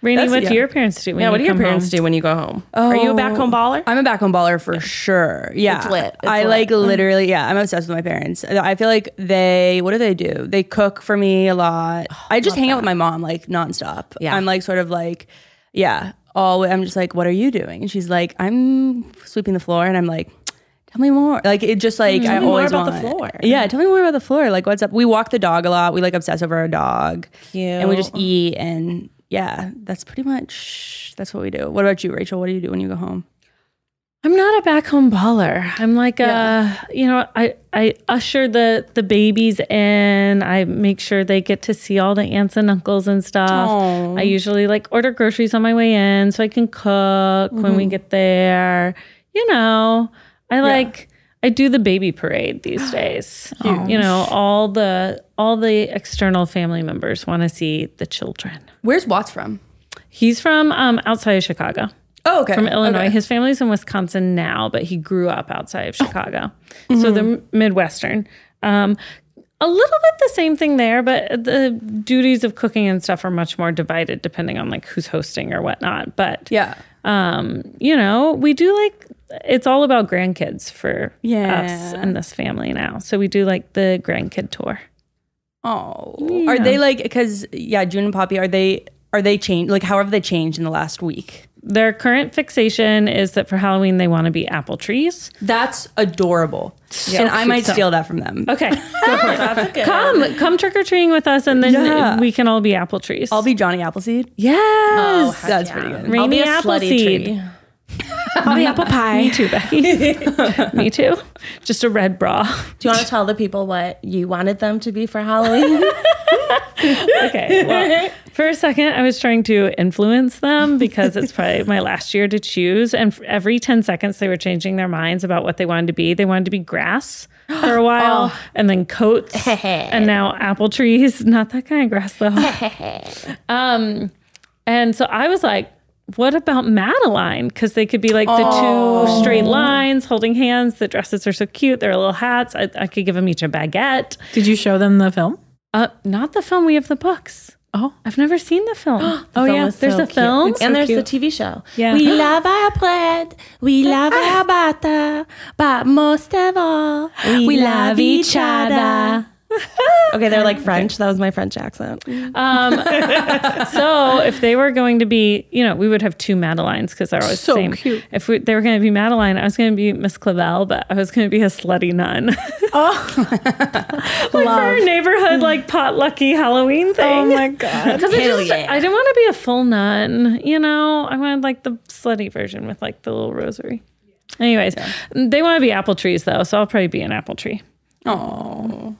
Rainy, what do your parents do? When
Yeah,
you
what do your
come
parents
home?
do when you go home? Are you a back home baller?
Oh, I'm a back home baller for sure. Yeah.
It's lit. It's
I
lit. Mm-hmm.
like literally, yeah, I'm obsessed with my parents. I feel like they, what do they do? They cook for me a lot. I just hang out with my mom like nonstop.
Oh, Yeah.
I'm like sort of like, yeah, all, I'm just like, what are you doing? And she's like, I'm sweeping the floor. And I'm like, tell me more. Like it just like, I
Mm-hmm. me more
always
about the
want-
floor.
Yeah. Tell me more about the floor. Like what's up? We walk the dog a lot. We like obsess over our dog and we just eat. And yeah, that's pretty much, that's what we do. What about you, Rachel? What do you do when you go home?
I'm not a back home baller. I'm like a, you know, I I usher the the babies in. I make sure they get to see all the aunts and uncles and stuff. I usually like order groceries on my way in so I can cook when we get there. You know, I like I do the baby parade these days. Um, You know, all the all the external family members want to see the children.
Where's Watts from?
He's from um, outside of Chicago
Oh, okay. Oh.
from Illinois. His family's in Wisconsin now, but he grew up outside of Chicago.
Mm-hmm.
So they're m- Midwestern. Um, a little bit the same thing there, but the duties of cooking and stuff are much more divided depending on like who's hosting or whatnot. But
Yeah.
um, you know, we do like it's all about grandkids for
Yeah.
us and this family now. So we do like the grandkid tour.
Oh, are they like because yeah, June and Poppy are they are they changed? Like, how have they changed in the last week?
Their current fixation is that for Halloween they want to be apple trees.
That's adorable. and I
cute.
might
So-
steal that from them.
Okay, go for it. Come, come trick or treating with us, and then
Yeah.
we can all be apple trees.
I'll be Johnny Appleseed.
yes. Oh,
That's pretty good.
Rainy
I'll be a
apple
slutty
seed.
tree.
I'll be apple pie. Me too, Becky. Me too. Just a red bra.
Do you want to tell the people what you wanted them to be for Halloween?
Okay. Well, for a second, I was trying to influence them because it's probably my last year to choose. And for every 10 seconds, they were changing their minds about what they wanted to be. They wanted to be grass for a while
Oh.
and then coats and now apple trees. Not that kind of grass, though. um, and so I was like, what about Madeline? Because they could be like the
Oh.
two straight lines holding hands. The dresses are so cute. Their little hats. I, I could give them each a baguette.
Did you show them the film?
Uh, not the film. We have the books.
Oh.
I've never seen the film. oh
film
yeah,
is
there's
so
a
cute.
film.
and there's the TV show. We love our bread. We love our butter. But most of all, we, love each other. okay, they're like French. That was my French accent.
Um, so if they were going to be, you know, we would have two Madelines because they're always
So
the same.
cute.
If we, they were going to be Madeline, I was going to be Miss Clavel, but I was going to be a slutty nun. Oh. like for our neighborhood like potlucky Halloween thing. Oh my god! I, just- I didn't want to be a full nun. You know, I wanted like the slutty version with like the little rosary. Anyways, they want to be apple trees though, so I'll probably be an apple tree. Oh,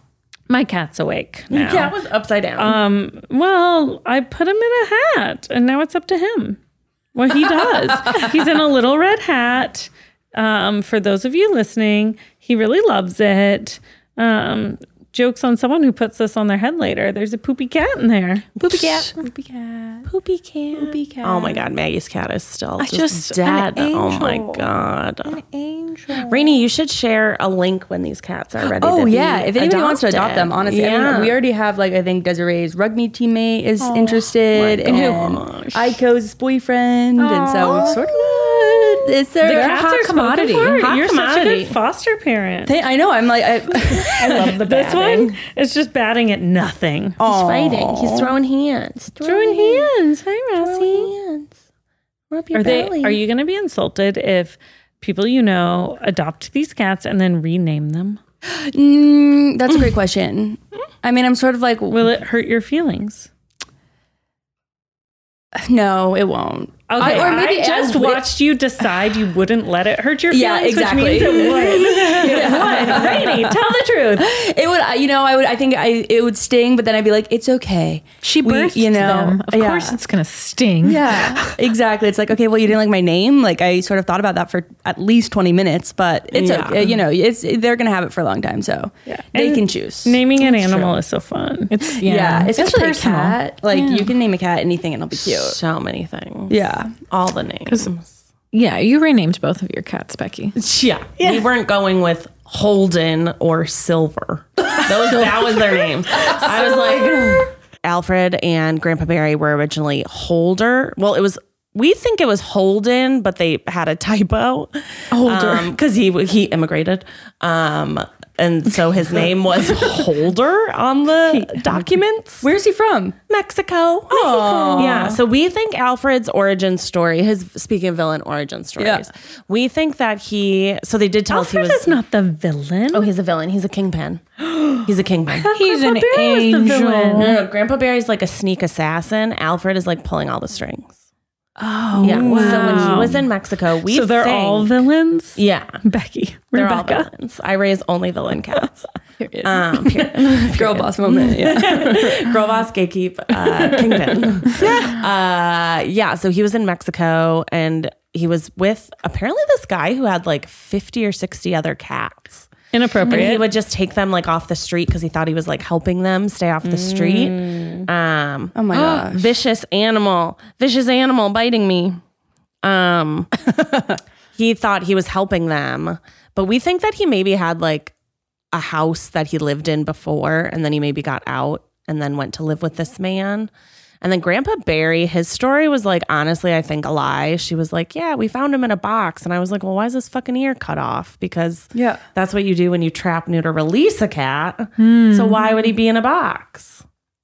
my cat's awake now.
That was upside down.
Um, well, I put him in a hat, and now it's up to him what he does. He's in a little red hat. Um, for those of you listening, he really loves it. Um, jokes on someone who puts this on their head later. There's a poopy cat in there.
poopy cat. Poopy cat. Poopy cat. Poopy cat. Oh my god, Maggie's cat is still just, dead. Oh my god. An angel. Rainy, you should share a link when these cats are ready.
Oh
to
yeah,
be
if anybody wants to adopt
adopted.
them, honestly, I mean,
Yeah.
we already have like I think Desiree's rugby teammate is interested, and Aiko's boyfriend, and so we've sort of it's their
The cats are commodity.
Hot
You're such a
commodity.
good foster parent.
They- I know. I'm like, I,
I love the this one. It's just batting at nothing.
He's fighting. He's throwing hands.
Throwing hands. Hi, Rousey.
hands. Rub your
Are they?
belly.
Are you going to be insulted if people you know adopt these cats and then rename them?
mm, that's a great question. I mean, I'm sort of like,
Will it hurt your feelings?
no, it won't.
Okay,
or
I,
maybe
just
I would-
watched you decide you wouldn't let it hurt your
Yeah,
feelings,
exactly.
which means it would. it would. Rainy, tell the truth.
It would, I- you know, I would. I think I it would sting, but then I'd be like, it's okay.
She
We-
birthed
you know,
them. Of
yeah.
course, it's gonna sting.
Yeah, exactly. It's like, okay, well, you didn't like my name. Like, I sort of thought about that for at least 20 minutes, but it's,
Yeah.
okay. you know, it's, they're going to have it for a long time. So they
And
can choose.
Naming an animal is so fun.
It's
yeah.
yeah.
Especially a
personal.
cat. Like, you can name a cat anything and it'll be cute.
So many things.
Yeah.
All the names.
Yeah, you renamed both of your cats, Becky.
Yeah. We weren't going with Holden or Silver. Those, that was their name. I was like, Alfred and Grandpa Barry were originally Holder. Well, it was, we think it was Holden, but they had a typo. Holder. Because he, he immigrated. Um, and so his name was Holder on the documents.
Where's he from?
Mexico. Yeah. So we think Alfred's origin story, his speaking of villain origin stories, we think that he, so they did tell
Alfred
us he was,
is not the villain.
oh, he's a villain. He's a kingpin. he's a kingpin.
He's an
Grandpa Bear is the
angel.
villain.
No, no, Grandpa Barry's like a sneak assassin. Alfred is like pulling all the strings. Oh, yeah. So when he was in Mexico, we
So they're
think-
all villains.
yeah.
Becky,
They're all
Rebecca.
villains. I raise only villain cats. um, period.
Girl boss moment. Yeah.
Girl boss, gatekeep, uh, kingpin. uh, yeah, so he was in Mexico and he was with apparently this guy who had like 50 or 60 other cats. And
Inappropriate.
he would just take them like off the street because he thought he was like helping them stay off the street. Um,
oh my gosh.
vicious animal, vicious animal biting me. Um, he thought he was helping them, but we think that he maybe had like a house that he lived in before, and then he maybe got out and then went to live with this man. And then Grandpa Barry, his story was like, honestly, I think a lie. She was like, Yeah, we found him in a box. And I was like, Well, why is his fucking ear cut off? Because
Yeah. Hmm.
that's what you do when you trap, neuter, release a cat. So why would he be in a box?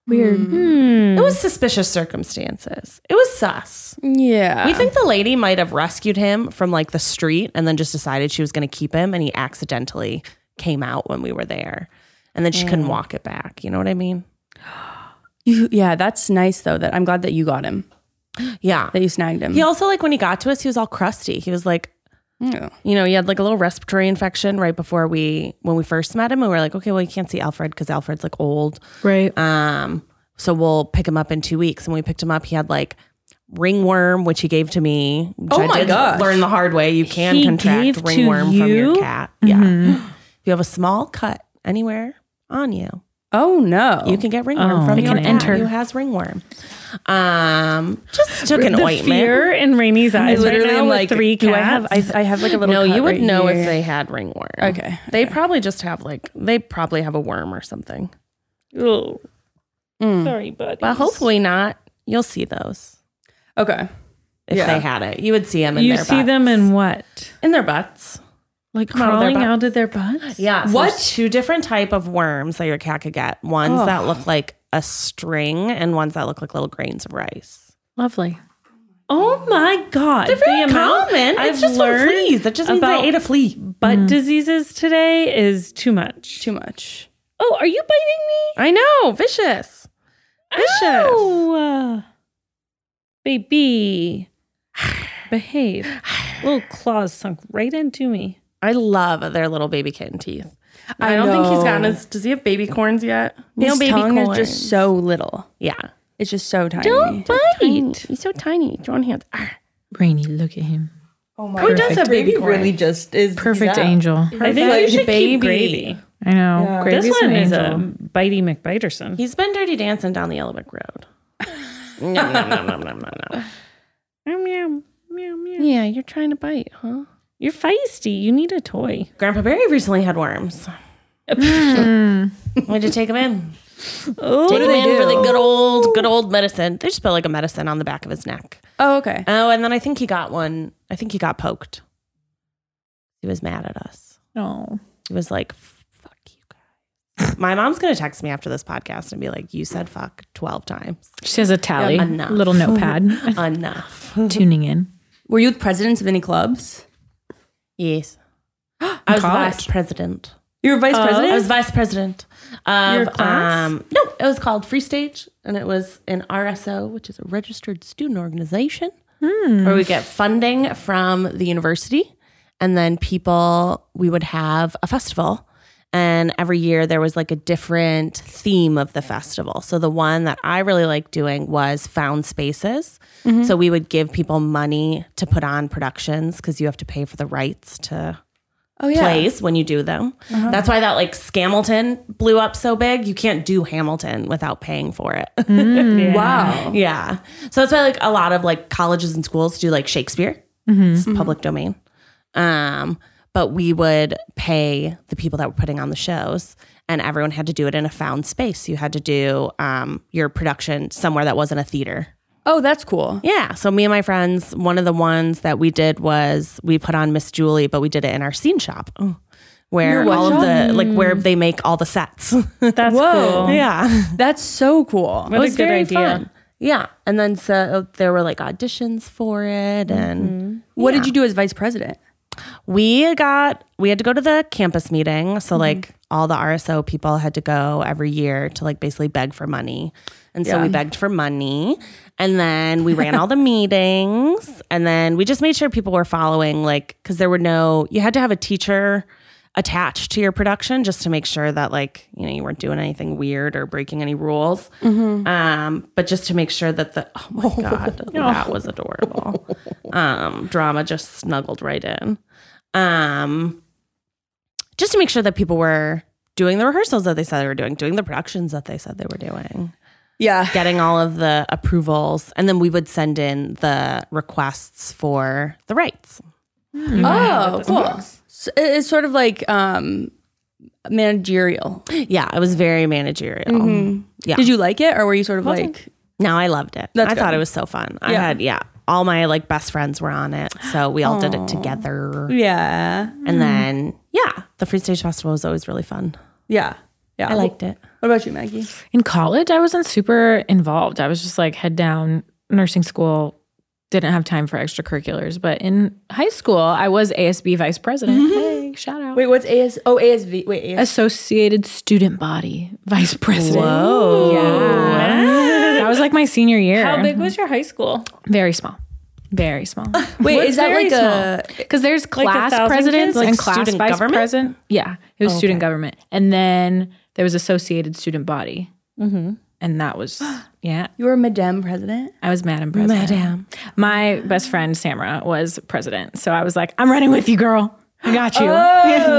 Weird. It was suspicious circumstances. It was sus.
Yeah.
We think the lady might have rescued him from like the street and then just decided she was going to keep him and he accidentally came out when we were there. And then she couldn't walk it back. You know what I mean?
You, yeah, that's nice though. That I'm glad that you got him.
Yeah.
That you snagged him.
He also like when he got to us, he was all crusty. He was like,
Yeah.
you know, he had like a little respiratory infection right before we when we first met him, and we were like, okay, well, you can't see Alfred because Alfred's like old,
Right.
um, so we'll pick him up in two weeks. And when we picked him up, he had like ringworm, which he gave to me. which
Oh
I
my
did
gosh.
Learn the hard way, you can
He gave
contract
to
ringworm from your
you? Mm-hmm.
cat. Yeah, if you have a small cut anywhere on you,
Oh no.
you can get ringworm
Oh.
from
It
your
can
cat
enter.
who has ringworm. Um, just took an
the
ointment.
fear in Rainey's eyes.
literally
right now
am
with
like,
three
do
cats.
I have? I, I have like a little.
No, you
cut
would
right
know
here.
if they had ringworm.
Okay.
They probably just have like they probably have a worm or something.
Oh,
Mm.
sorry, buddy.
But hopefully not. You'll see those
Okay.
if
Yeah.
they had it. You would see them. In
you
their
see
butts.
Mm.
them in what?
in their butts.
Like
out of their
crawling
butt.
out of their butts?
Yeah. So
What?
there's Two different type of worms that your cat could get. Ones that look like a string, and ones that look like little grains of rice.
Lovely.
Oh my god.
They're very
the amount
common.
I've
it's just from
learned
fleas. That just means I
about
ate a flea.
butt diseases today is too much.
Too much.
Oh, are you biting me?
I know. Vicious. Vicious.
Oh, baby. Behave. Little claws sunk right into me.
I love their little baby kitten teeth. I,
I
don't think he's
know.
gotten his. Does he have baby corns yet?
His
no baby
tongue
corns.
is just so little.
yeah.
It's just so tiny.
Right. He's so tiny. Drawn hands. Arr.
Rainy, look at him.
Oh my
Who does have baby corns?
just is
Perfect angel.
I think
Like
you should
baby.
keep gravy.
I know.
Yeah.
Gravy's
this one
an
is
angel.
a bitey McBiterson.
He's been dirty dancing down the Yellowbrick Road. no, no, no, no, no, no, no.
Meow, meow, meow, meow.
Yeah, you're trying to bite, huh?
You're feisty. You need a toy.
Grandpa Barry recently had worms.
Mm.
Why'd you take him in?
Oh,
Take him in for the good old, good old medicine. They just put like a medicine on the back of his neck.
Oh, okay.
Oh, and then I think he got one. I think he got poked. He was mad at us.
No.
He was like, fuck you guys. My mom's going to text me after this podcast and be like, you said fuck 12 times.
She has a tally,
enough.
little notepad,
Enough.
tuning in.
Were you presidents of any clubs?
Yes. I was
College.
vice president. Uh,
You were vice president.
I was vice president of
Your class?
um no, it was called Free Stage and it was an RSO, which is a registered student organization where we get funding from the university and then people we would have a festival and every year there was like a different theme of the festival. So the one that I really liked doing was found spaces. So we would give people money to put on productions cuz you have to pay for the rights to
oh yeah.
plays when you do them. That's why that like Scamilton blew up so big. You can't do Hamilton without paying for it.
Wow.
yeah. So that's why like a lot of like colleges and schools do like Shakespeare. It's public domain. Um but we would pay the people that were putting on the shows and everyone had to do it in a found space. You had to do um, your production somewhere that wasn't a theater.
Oh, that's cool.
Yeah. So me and my friends, one of the ones that we did was we put on Miss Julie, but we did it in our scene shop. Oh. Where all of the like where they make all the sets.
That's
Whoa.
cool.
yeah.
That's so cool.
What a good idea.
Yeah. And then so there were like auditions for it and
What did you do as vice president?
we got we had to go to the campus meeting. So like all the RSO people had to go every year to like basically beg for money. And so we begged for money. And then we ran all the meetings. And then we just made sure people were following, like, because there were no, you had to have a teacher attached to your production just to make sure that, like, you know, you weren't doing anything weird or breaking any rules. Um, but just to make sure that the, oh my God, that was adorable. um, drama just snuggled right in um, just to make sure that people were doing the rehearsals that they said they were doing, doing the productions that they said they were doing,
Yeah.
getting all of the approvals, and then we would send in the requests for the rights.
Oh, cool. So it- it's sort of like um, managerial.
Yeah, it was very managerial.
Mm-hmm.
Yeah.
Did you like it, or were you sort of like?
No, I loved it.
That's
I thought
good.
it was so fun. I had yeah, all my like best friends were on it, so we all did it together.
Yeah.
And then yeah, the Free Stage Festival was always really fun.
Yeah. Yeah.
I liked it.
What about you, Maggie?
In college, I wasn't super involved. I was just like head down, nursing school, didn't have time for extracurriculars. But in high school, I was ASB vice president.
Mm-hmm.
Hey, shout out.
Wait, what's AS? Oh, ASV. Wait, AS.
Associated Student Body vice president. Whoa. Yeah. That was like my senior year.
How big was your high school?
Very small. Very small.
Wait, is that
very
like a?
Because there's
a
class
thousand
presidents
kids? Like
and class
student
vice
government? Oh,
president. Yeah, it was student government, and then there was associated student body,
Mm-hmm.
and that was yeah.
You were Madame President.
I was madam president. Madam. My best friend Samra was president, so I was like, I'm running with you, girl. I got
Oh,
you.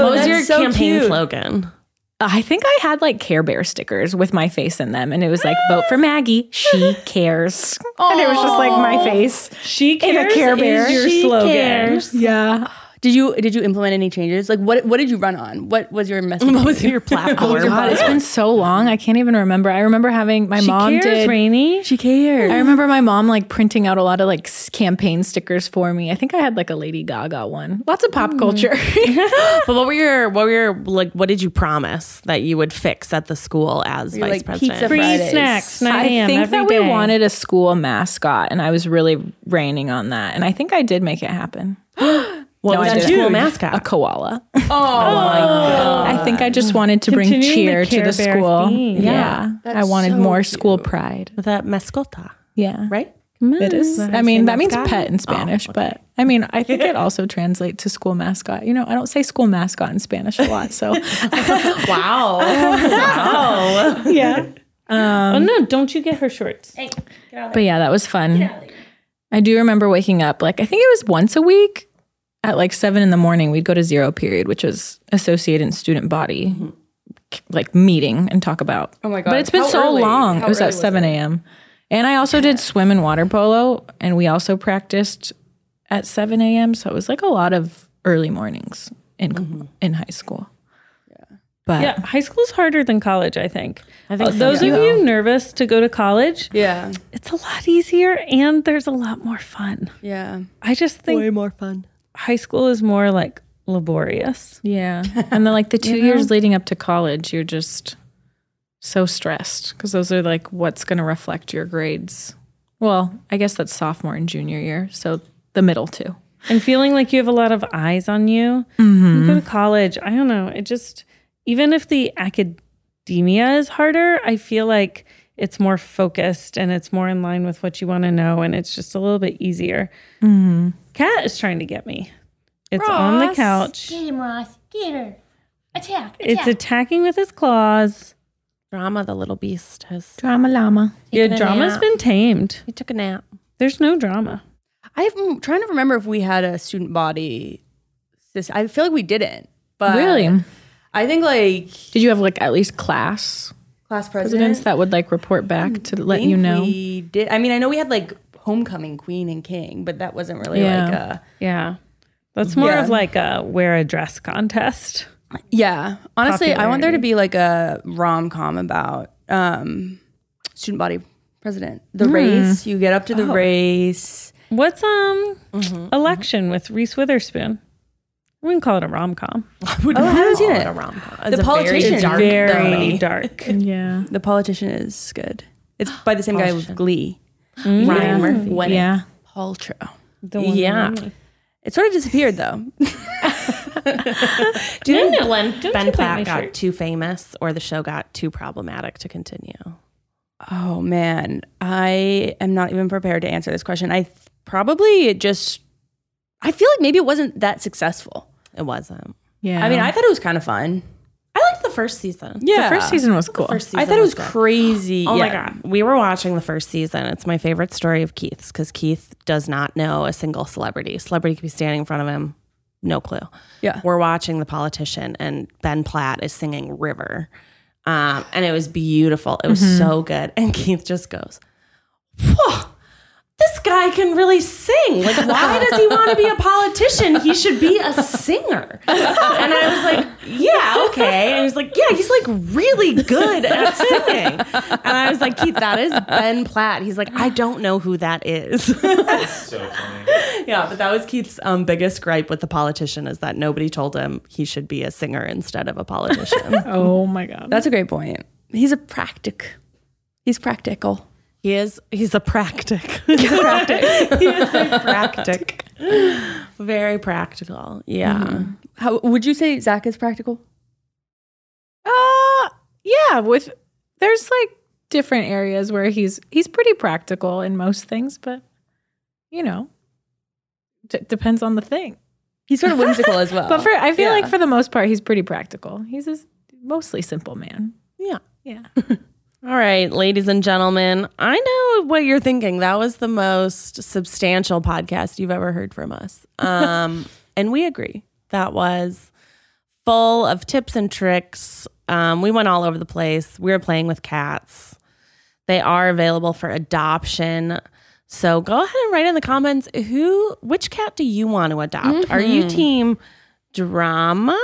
what was
that's
your
so
campaign
cute.
slogan?
I think I had like Care Bear stickers with my face in them, and it was like, vote for Maggie. She cares, and it was just like my face.
She
In a
cares
Care
is
Bear.
your
She
slogan.
Yeah.
Did you did you implement any changes? Like what what did you run on? What was your message?
What was your
Oh
platform?
God, it's been so long. I can't even remember. I remember having my
She
mom
cares,
did.
Rainey.
She cared.
I remember my mom like printing out a lot of like s- campaign stickers for me. I think I had like a Lady Gaga one. Lots of
Hmm.
pop culture.
but what were your what were your like? What did you promise that you would fix at the school as vice
like,
president?
pizza
Free
Fridays.
snacks, 9
I
a.m.
think
every
that we
day.
wanted a school mascot, and I was really raining on that. And I think I did make it happen.
Oh,
What
No,
was
I
your
didn't.
school
A
mascot?
koala. Oh, I think I just wanted to bring
Continuing the
cheer to
Care
the
Bear
school.
theme.
Yeah, I wanted more school pride.
That mascota,
Yeah,
right?
Mm.
It is. I mean, that means pet
Oh,
in Spanish, but I mean, I think it also translates to school mascot. You know, I don't say school mascot in Spanish a lot, so
Wow. wow.
yeah.
oh no! Don't you get her shorts?
But yeah, that was fun. I do remember waking up like I think it was once a week at like seven in the morning. We'd go to zero period, which was associate and student body k- like meeting and talk about. Mm-hmm. Oh my god! But it's been so long. it was at seven a.m. And I also did swim and water polo, and we also practiced at seven a.m. So it was like a lot of early mornings in in high school. Yeah, but
Yeah, high school's harder than college. I think. I
think so,
those
yeah.
of you nervous to go to college,
Yeah.
it's a lot easier and there's a lot more fun.
Yeah.
I just think way more fun. High school is more like laborious.
Yeah. And then like the two years leading up to college, you're just so stressed because those are like what's going to reflect your grades. Well, I guess that's sophomore and junior year. So the middle two.
and feeling like you have a lot of eyes on you. You go to college. I don't know. It just even if the academia is harder, I feel like it's more focused and it's more in line with what you want to know, and it's just a little bit easier. Cat is trying to get me. It's on the couch.
Get him, Ross. Get her. Attack.
It's attacking with his claws.
Drama, the little beast has.
Drama llama.
Yeah,
a
drama's
nap.
been tamed.
He took a nap.
There's no drama.
I'm trying to remember if we had a student body system. I feel like we didn't. But
Really?
I think like
Did you have like at least class
class
presidents
presidents
that would like report back to let you know?
Mm, We did I mean, I know we had like homecoming queen and king, but that wasn't really like
Yeah.
a
Yeah. That's more
Yeah.
of like a wear a dress contest.
Yeah. Honestly, I want there to be like a rom com about um student body president. The
Hmm.
race. You get up to the race.
What's um election with Reese Witherspoon? We can call it a rom com.
oh, I haven't seen
A
it.
rom com.
The politician.
dark
Very
comedy.
dark.
Yeah.
The politician is good. It's by the same guy with Glee.
Ryan Murphy.
Yeah.
Paltrow.
The one
Yeah.
It sort of disappeared though.
Do you think Glenn, Ben
you bite my
Platt got
shirt?
too famous or the show got too problematic to continue?
Oh man, I am not even prepared to answer this question. I th- probably it just I feel like maybe it wasn't that successful.
It wasn't.
Yeah.
I mean, I thought it was kind of fun.
I liked the first season.
Yeah.
the first season was cool.
First season
I thought it was
good.
crazy.
Oh my
Yeah.
God. We were watching the first season. It's my favorite story of Keith's because Keith does not know a single celebrity. Celebrity could be standing in front of him, no clue.
Yeah.
We're watching The Politician, and Ben Platt is singing River. Um, and it was beautiful. It was so good. And Keith just goes, Whoa, this guy can really sing. Like, why does he want to be a politician? He should be a singer. And I was like, yeah, okay. And he was like, yeah, he's like really good at singing. And I was like, Keith, that is Ben Platt. He's like, I don't know who that is. yeah, but that was Keith's um, biggest gripe with the politician is that nobody told him he should be a singer instead of a politician.
Oh my God.
That's a great point. He's a practic. He's practical.
He is. He's a practic. He's a practic. he is a practic. Mm-hmm. Very practical. Yeah.
How would you say Zach is practical?
Uh yeah, with there's like different areas where he's he's pretty practical in most things, but you know, d- depends on the thing.
He's sort of whimsical as well.
But for I feel
Oh, Yeah.
like for the most part he's pretty practical. He's a s- mostly simple man.
Yeah.
Yeah.
All right, ladies and gentlemen, I know what you're thinking. That was the most substantial podcast you've ever heard from us. Um, and we agree. That was full of tips and tricks. Um, we went all over the place. We were playing with cats. They are available for adoption. So go ahead and write in the comments who which cat do you want to adopt? Are
Mm-hmm.
you team drama?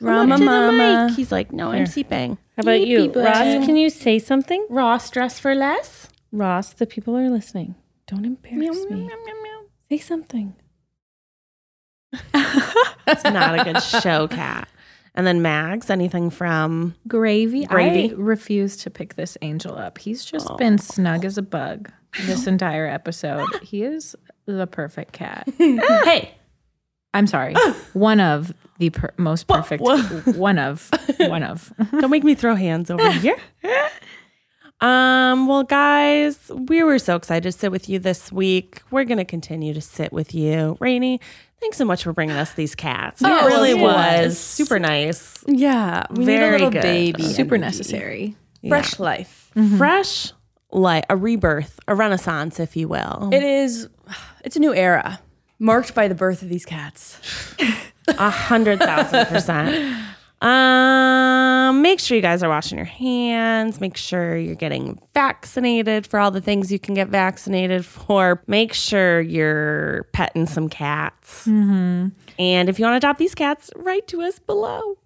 Come
Drama
up to the
mama.
mic. He's like, no, I'm sleeping.
How about you, Ross? Can you say something?
Ross dress for less?
Ross, the people are listening. Don't embarrass me. Say something.
It's not a good show, cat. And then Mags, anything from
Gravy.
Gravy.
I refuse to pick this angel up. He's just been snug as a bug this entire episode. he is the perfect cat.
hey,
I'm sorry. one of the per- most perfect. one of. One of.
don't make me throw hands over here. Um, well, guys, we were so excited to sit with you this week. We're gonna continue to sit with you. Rainey, thanks so much for bringing us these cats. it really was super nice.
Yeah, we
Very
need a little
good.
baby.
Super
energy.
necessary.
Fresh life.
Mm-hmm. Fresh like a rebirth, a renaissance, if you will.
It is. It's a new era marked by the birth of these cats.
A hundred thousand percent. Um, make sure you guys are washing your hands. Make sure you're getting vaccinated for all the things you can get vaccinated for. Make sure you're petting some cats. And if you want to adopt these cats, write to us below.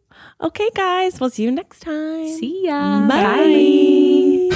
Okay, guys, we'll see you next time.
See ya.
Bye.